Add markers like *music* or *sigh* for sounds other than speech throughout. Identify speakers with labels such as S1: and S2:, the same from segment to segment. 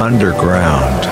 S1: underground.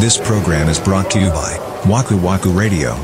S2: This program is brought to you by Waku Waku Radio.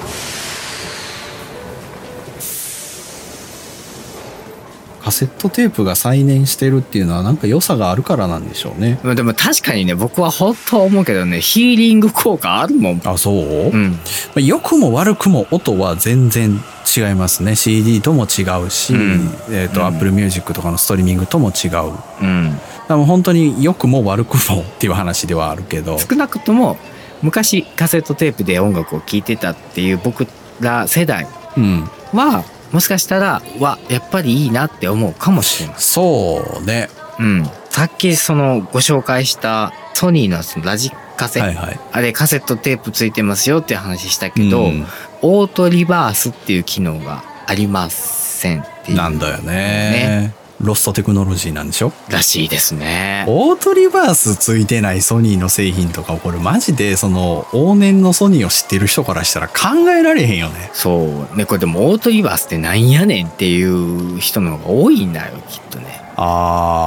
S3: カセットテープが再燃してるっていうのはなんか良さがあるからなんでしょうね。
S4: でも確かにね、僕は本当は思うけどね、ヒーリング効果あるもん。
S3: あ、そう、
S4: う
S3: ま
S4: ん。
S3: あ良くも悪くも音は全然違いますね。CD とも違うし、
S4: うん
S3: えっ、と、Apple Music とかのストリーミングとも違う。だか
S4: うん。
S3: らもう本当に良くも悪くもっていう話ではあるけど。
S4: 少なくとも、昔カセットテープで音楽を聴いてたっていう僕ら世代
S3: うん。
S4: は、もしかしたら、は、やっぱりいいなって思うかもしれない。
S3: そうね。
S4: うん。さっきそのご紹介したソニーのそのラジカセ、
S3: はいはい。
S4: あれカセットテープついてますよっていう話したけど、
S3: うん
S4: オートリバースっていう機能がありませんっていう
S3: なんだよねロストテクノロジーなんでしょ
S4: らしいですね。
S3: オートリバースついてないソニーの製品とかこれマジでその往年のソニーを知ってる人からしたら考えられへんよね
S4: そうねこれでもオートリバースってなんやねんっていう人の方が多いんだよきっとね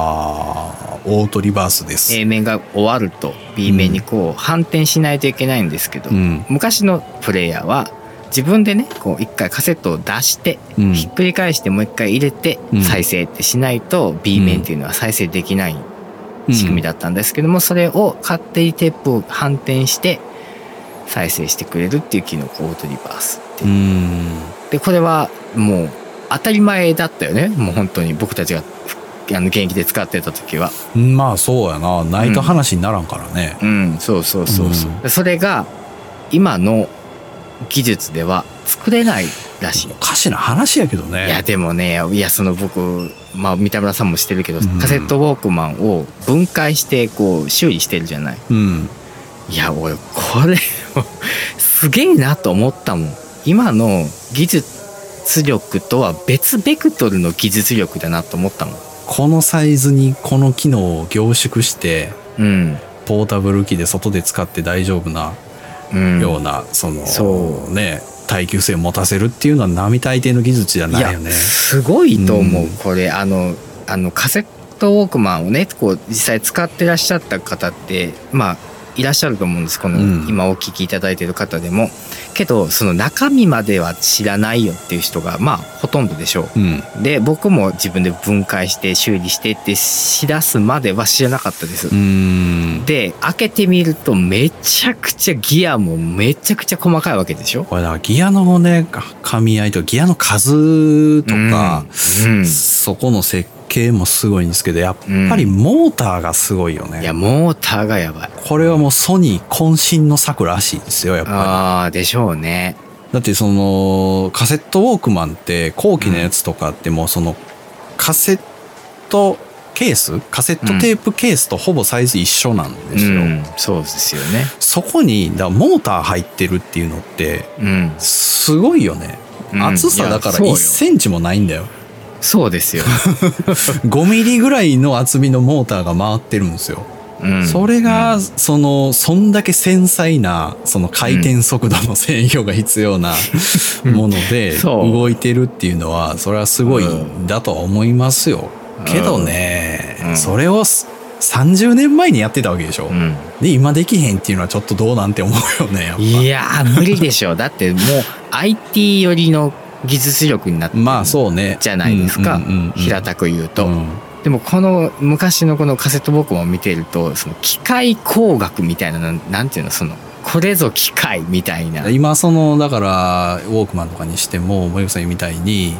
S3: あーオートリバースです
S4: A 面が終わると B 面にこう反転しないといけないんですけど、
S3: うん
S4: 昔のプレイヤーは自分でねこう一回カセットを出して、
S3: うん
S4: ひっくり返してもう一回入れて
S3: うん
S4: 再生ってしないと B 面っていうのは再生できない仕組みだったんですけども、それを勝手にテープを反転して再生してくれるっていう機能オートリバースっていう
S3: うーん
S4: でこれはもう当たり前だったよねもう本当に僕たちがあの現役で使ってた時は
S3: まあそうやなないと話にならんからね
S4: うんそうそうそうそう、
S3: うん
S4: でそれが今の技術では作れないらしい
S3: おかしな話やけど
S4: いや
S3: ね
S4: でもねいやその僕まあ三田村さんもしてるけど、
S3: うん
S4: カセットウォークマンを分解してこう修理してるじゃない
S3: うん
S4: いや俺これすげえなと思ったもん今の技術力とは別ベクトルの技術力だなと思ったもん
S3: このサイズにこの機能を凝縮して
S4: うん、
S3: ポータブル機で外で使って大丈夫な
S4: うん、
S3: ような、その
S4: そ
S3: ね耐久性を持たせるっていうのは並大抵の技術じゃ
S4: い
S3: ない
S4: や
S3: よね。
S4: すごいと思う、
S3: うん
S4: これあのあのカセットウォークマンをねこう実際使ってらっしゃった方ってまあいらっしゃると思うんですこの、
S3: うん
S4: 今お聞きいただいてる方でもけどその中身までは知らないよっていう人がまあほとんどでしょう
S3: うん、
S4: で僕も自分で分解して修理してってしだすまでは知らなかったです、
S3: うーん
S4: で開けてみるとめちゃくちゃギアもめちゃくちゃ細かいわけでしょ
S3: これだからギアのねか噛み合いとギアの数とか、
S4: うんうん
S3: そこの設計もすごいんですけどやっぱり
S4: う
S3: モーターがすごいよ
S4: い
S3: ね。
S4: やモーターがやばい
S3: これはもうソニー渾身の策らしいですよやっぱ
S4: ああでしょうね
S3: り。だってそのカセットウォークマンって後期のやつとかってもうそのカセットケースカセットテープケースとほぼサイズ一緒なんですよ。
S4: うん、そうですよね
S3: そこにだからモーター入ってるっていうのって
S4: うん
S3: すごいよね、
S4: うん
S3: 厚さだから
S4: いやそうよ
S3: 1センチもないんだよ
S4: そ
S3: *laughs*
S4: うですよ、
S3: 5ミリぐらいの厚みのモーターが回ってるんですよ、
S4: うん、
S3: それ
S4: う
S3: が
S4: ん
S3: そのそんだけ繊細なその回転速度の制御が必要なもので
S4: *laughs* そう
S3: 動いてるっていうのはそれはすごいんだとは思いますよけどね、
S4: うん
S3: それを30年前にやってたわけでしょ、
S4: うん
S3: で今できへんっていうのはちょっとどうなんて思うよねやっぱ
S4: いやー無理でしょうだってもう IT 寄りの技術力になってる
S3: まあそうね。
S4: じゃないですか、
S3: うんうんうんうん
S4: 平たく言うと、
S3: うん
S4: でもこの昔のこのカセットボークを見てるとその機械工学みたいななんなんていうのそのこれぞ機械みたいな、うん、
S3: 今そのだからウォークマンとかにしても森口さんみたいに、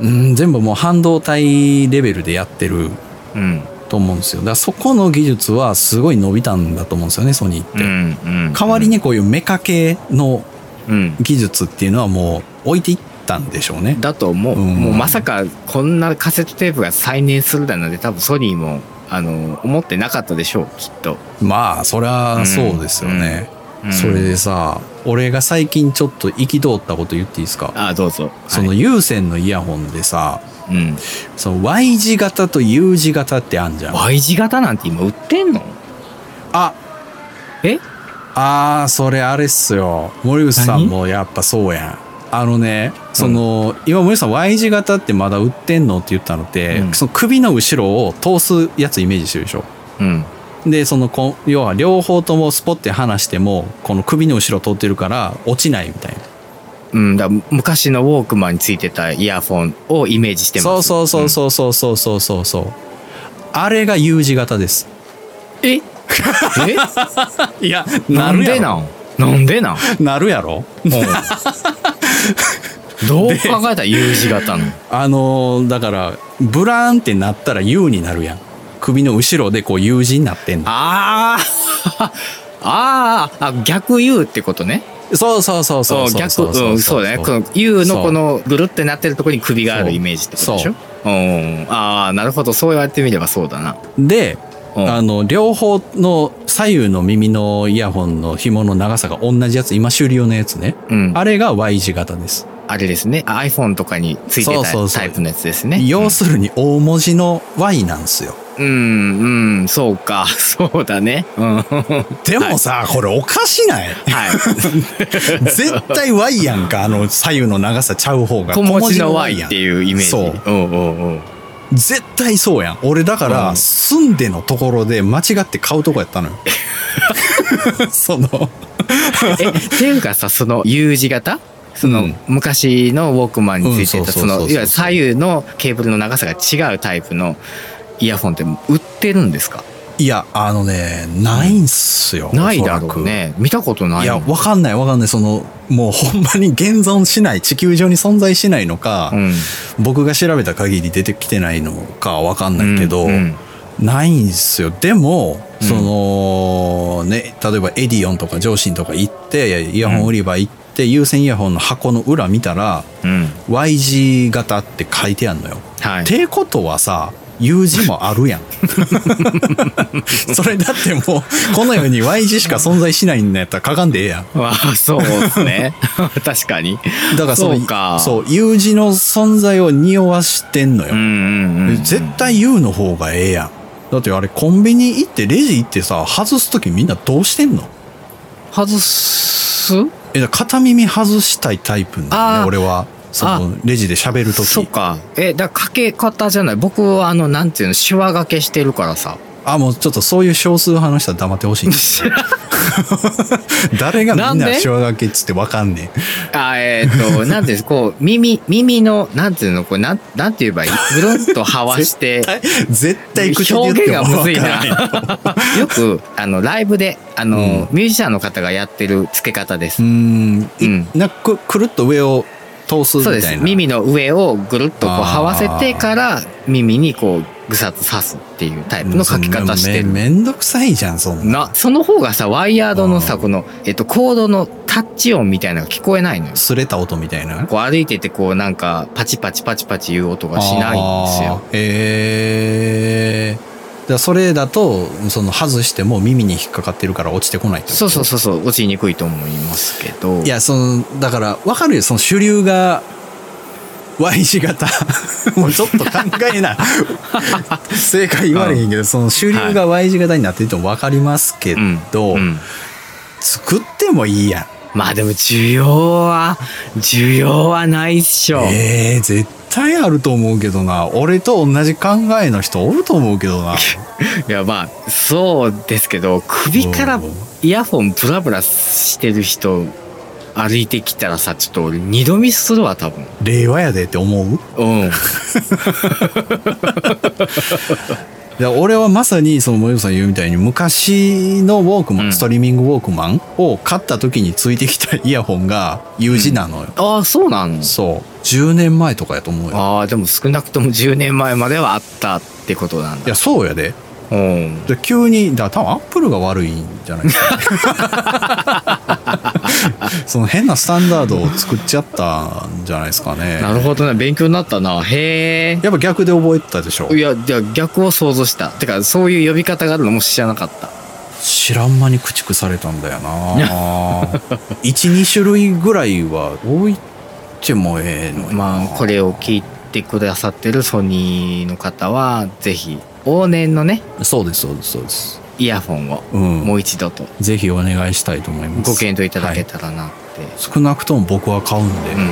S3: うん、全部もう半導体レベルでやってる
S4: うん
S3: と思うんですよだからそこの技術はすごい伸びたんだと思うんですよねソニーって、
S4: うんうん
S3: 代わりにこういうメカ系の
S4: うん
S3: 技術っていうのはもう置いていったんでしょうね
S4: だと思う、
S3: うん
S4: もうまさかこんなカセットテープが再燃するだなんて多分ソニーもあの思ってなかったでしょうきっと、
S3: まあそりゃそうですよね、
S4: うん
S3: それでさ俺が最近ちょっと憤ったこと言っていいですか
S4: ああどうぞ
S3: その
S4: はい
S3: 有線のイヤホンでさ、
S4: うん、
S3: その Y 字型と U 字型ってあんじゃん。
S4: Y 字型なんて今売ってんの
S3: あ、
S4: え
S3: あー、それあれっすよ。森口さんもやっぱそうやん。あのね、その、今森口さん Y 字型ってまだ売ってんのって言ったのって、
S4: うん
S3: その首の後ろを通すやつイメージしてるでしょ。
S4: うん。
S3: で、そのこ、要は両方ともスポって離しても、この首の後ろ通ってるから落ちないみたいな。
S4: うん、だから昔のウォークマンについてたイヤフォンをイメージしてます。
S3: そうそうそうそうそうそうそうそうそう。あれが U 字型です。
S4: うん。ええ
S3: いや、
S4: *laughs* なんで
S3: な
S4: なんなんでなん
S3: んなるやろ
S4: *laughs* うんどう考えたら U 字型の。
S3: あのーだから、ブラーンってなったら U になるやん。首の後ろでこう U 字になってんの。
S4: あー *laughs* あーあ、逆 U ってことね。
S3: そうそうそうそうそう。
S4: 逆、うん、そうだね。この U のこのぐるってなってるところに首があるイメージってことでしょ
S3: そう
S4: うん。ああ、なるほど。そう言われてみればそうだな。
S3: で、
S4: うん
S3: あの、両方の左右の耳のイヤホンの紐の長さが同じやつ、今終了のやつね。
S4: うん。あ
S3: あれが Y 字型です。
S4: れですね。iPhone とかについて
S3: そう
S4: た
S3: そうそう
S4: タイプのやつですね。
S3: 要するに大文字の Y なんですよ。
S4: うん、うん、うんそうか。 *laughs* そうだね。
S3: *laughs*
S4: うん。は
S3: でもさ、これおかし
S4: *laughs*
S3: ない
S4: い。
S3: 絶対 Y やんか、あの左右の長さちゃう方が。
S4: 小文字の Y っていうイメージ。
S3: そう
S4: うんうんうん。
S3: 絶対そうやん。俺だから、
S4: うん
S3: 住んでのところで間違って買うとこやった
S4: *laughs*
S3: のよ。その、
S4: え、っていうかさ、その U 字型その、
S3: うん
S4: 昔のウォークマンについて
S3: うん
S4: た、
S3: そう
S4: そ
S3: そうそうそう
S4: の、いわゆる左右のケーブルの長さが違うタイプのイヤホンって売ってるんですか
S3: いや、あのね、ないんすよ。
S4: ないだ
S3: お
S4: ろ
S3: そら
S4: う
S3: く。
S4: ね。見たことない
S3: いや、
S4: もん
S3: わかんないわかんない。その、もうほんまに現存しない、地球上に存在しないのか、
S4: うん。
S3: 僕が調べた限り出てきてないのかわかんないけど、
S4: うん
S3: ないんすよ。でも、
S4: うん
S3: その、ね、例えばエディオンとか上信とか行って、イヤホン売り場行って、有線イヤホンの箱の裏見たら、
S4: うん
S3: Y 字型って書いてあんのよ。
S4: はい。
S3: ってことはさ、U 字もある
S4: *laughs*
S3: やん。それだってもう、この世に Y 字しか存在しないんだやったら書かんでええやん。
S4: わあ、そうですね。確かに。
S3: だからその
S4: そうか
S3: そう U 字の存在を匂わしてんのよ
S4: うん。うんうん。
S3: 絶対 U の方がええやん。だってあれコンビニ行ってレジ行ってさ、外すときみんなどうしてんの
S4: 外す
S3: え、だから片耳外したいタイプなの
S4: あ
S3: ね、
S4: ー
S3: 俺は。そ
S4: あ
S3: の、レジで喋ると
S4: そっ
S3: き。
S4: か。え、だからかけ方じゃない。僕はあの、なんていうの、シワがけしてるからさ。
S3: あ、もうちょっとそういう少数派の人は黙ってほしい。 *laughs* 誰がみん
S4: なん
S3: な
S4: で
S3: 仕分けっつってわかんね
S4: あえっ、と、なんていうんですこう、耳、耳の、なんていうの、こう、なん、なんて言えばいいぐるんとはわして、
S3: え。絶対口で言
S4: 表
S3: っ
S4: 現
S3: て
S4: が
S3: も
S4: む
S3: わか
S4: ず
S3: ん
S4: い
S3: ない。
S4: な。 *laughs* よく、あの、ライブで、あの、ミュージシャンの方がやってる付け方で
S3: う
S4: す。
S3: ん
S4: う
S3: い
S4: ん。
S3: なんかくくるっと上を通すみ
S4: そう
S3: たい
S4: で
S3: な。
S4: す。耳の上をぐるっとこう、
S3: あー
S4: はわせてから、耳にこう、ぐさっと刺すっていうタイプの書き方してる。
S3: めめんどくさいじゃん、そんな。
S4: な、その方がさ、ワイヤードのさ、
S3: あー
S4: この、えっと、コードのタッチ音みたいなのが聞こえないのよ。
S3: 擦れた音みたいな。
S4: こう歩いてて、こう、なんか、パチパチパチパチいう音がしないんです
S3: あ
S4: よ。
S3: ー。へえー。だからそれだと、その外しても耳に引っかかってるから落ちてこないってこと
S4: そうそうそうそう落ちにくいと思いますけど
S3: いや、その、だから、わかるよ、その主流が、Y 字 *laughs* 型。もうちょっと考え *laughs* な。正解言われへんけど、その主流が Y 字型になってるとわかりますけ
S4: うん
S3: ど、
S4: うん
S3: 作ってもいいやん。
S4: まあでも需要は需要はないっしょ、
S3: ええ絶対あると思うけどな。俺と同じ考えの人おると思うけどな。 *laughs*
S4: いやまあそうですけど首からイヤホンブラブラしてる人歩いてきたらさちょっと俺二度見するわ多分
S3: 令和やでって思う
S4: うん
S3: いや俺はまさにそのもよさん言うみたいに昔のウォークマン、
S4: うん
S3: ストリーミングウォークマンを買った時についてきたイヤホンが U 字なのよ、
S4: ああそうなの
S3: そう10年前とかやと思うよ
S4: ああでも少なくとも10年前まではあったってことなん
S3: い
S4: だ
S3: やそうやで
S4: うん
S3: で急にだから多分アップルが悪いんじゃないですか *laughs* その変なスタンダードを作っちゃったんじゃないですかね
S4: なるほどね勉強になったなへえ
S3: やっぱ逆で覚えてたでしょ
S4: いや、じゃあ逆を想像した。てか、そういう呼び方があるのも知らなかった。
S3: 知らん間に駆逐されたんだよな *laughs* 12種類ぐらいは置いてもええのに
S4: まあ、これを聞いてくださってるソニーの方は、ぜひ、往年のね、
S3: そうですそうですそうです
S4: イヤホンを、
S3: うん
S4: もう一度と、
S3: ぜひお願いしたいと思います
S4: ご検討いただけ
S3: は
S4: たらなって。
S3: い少なくとも僕は買うんで、
S4: うん。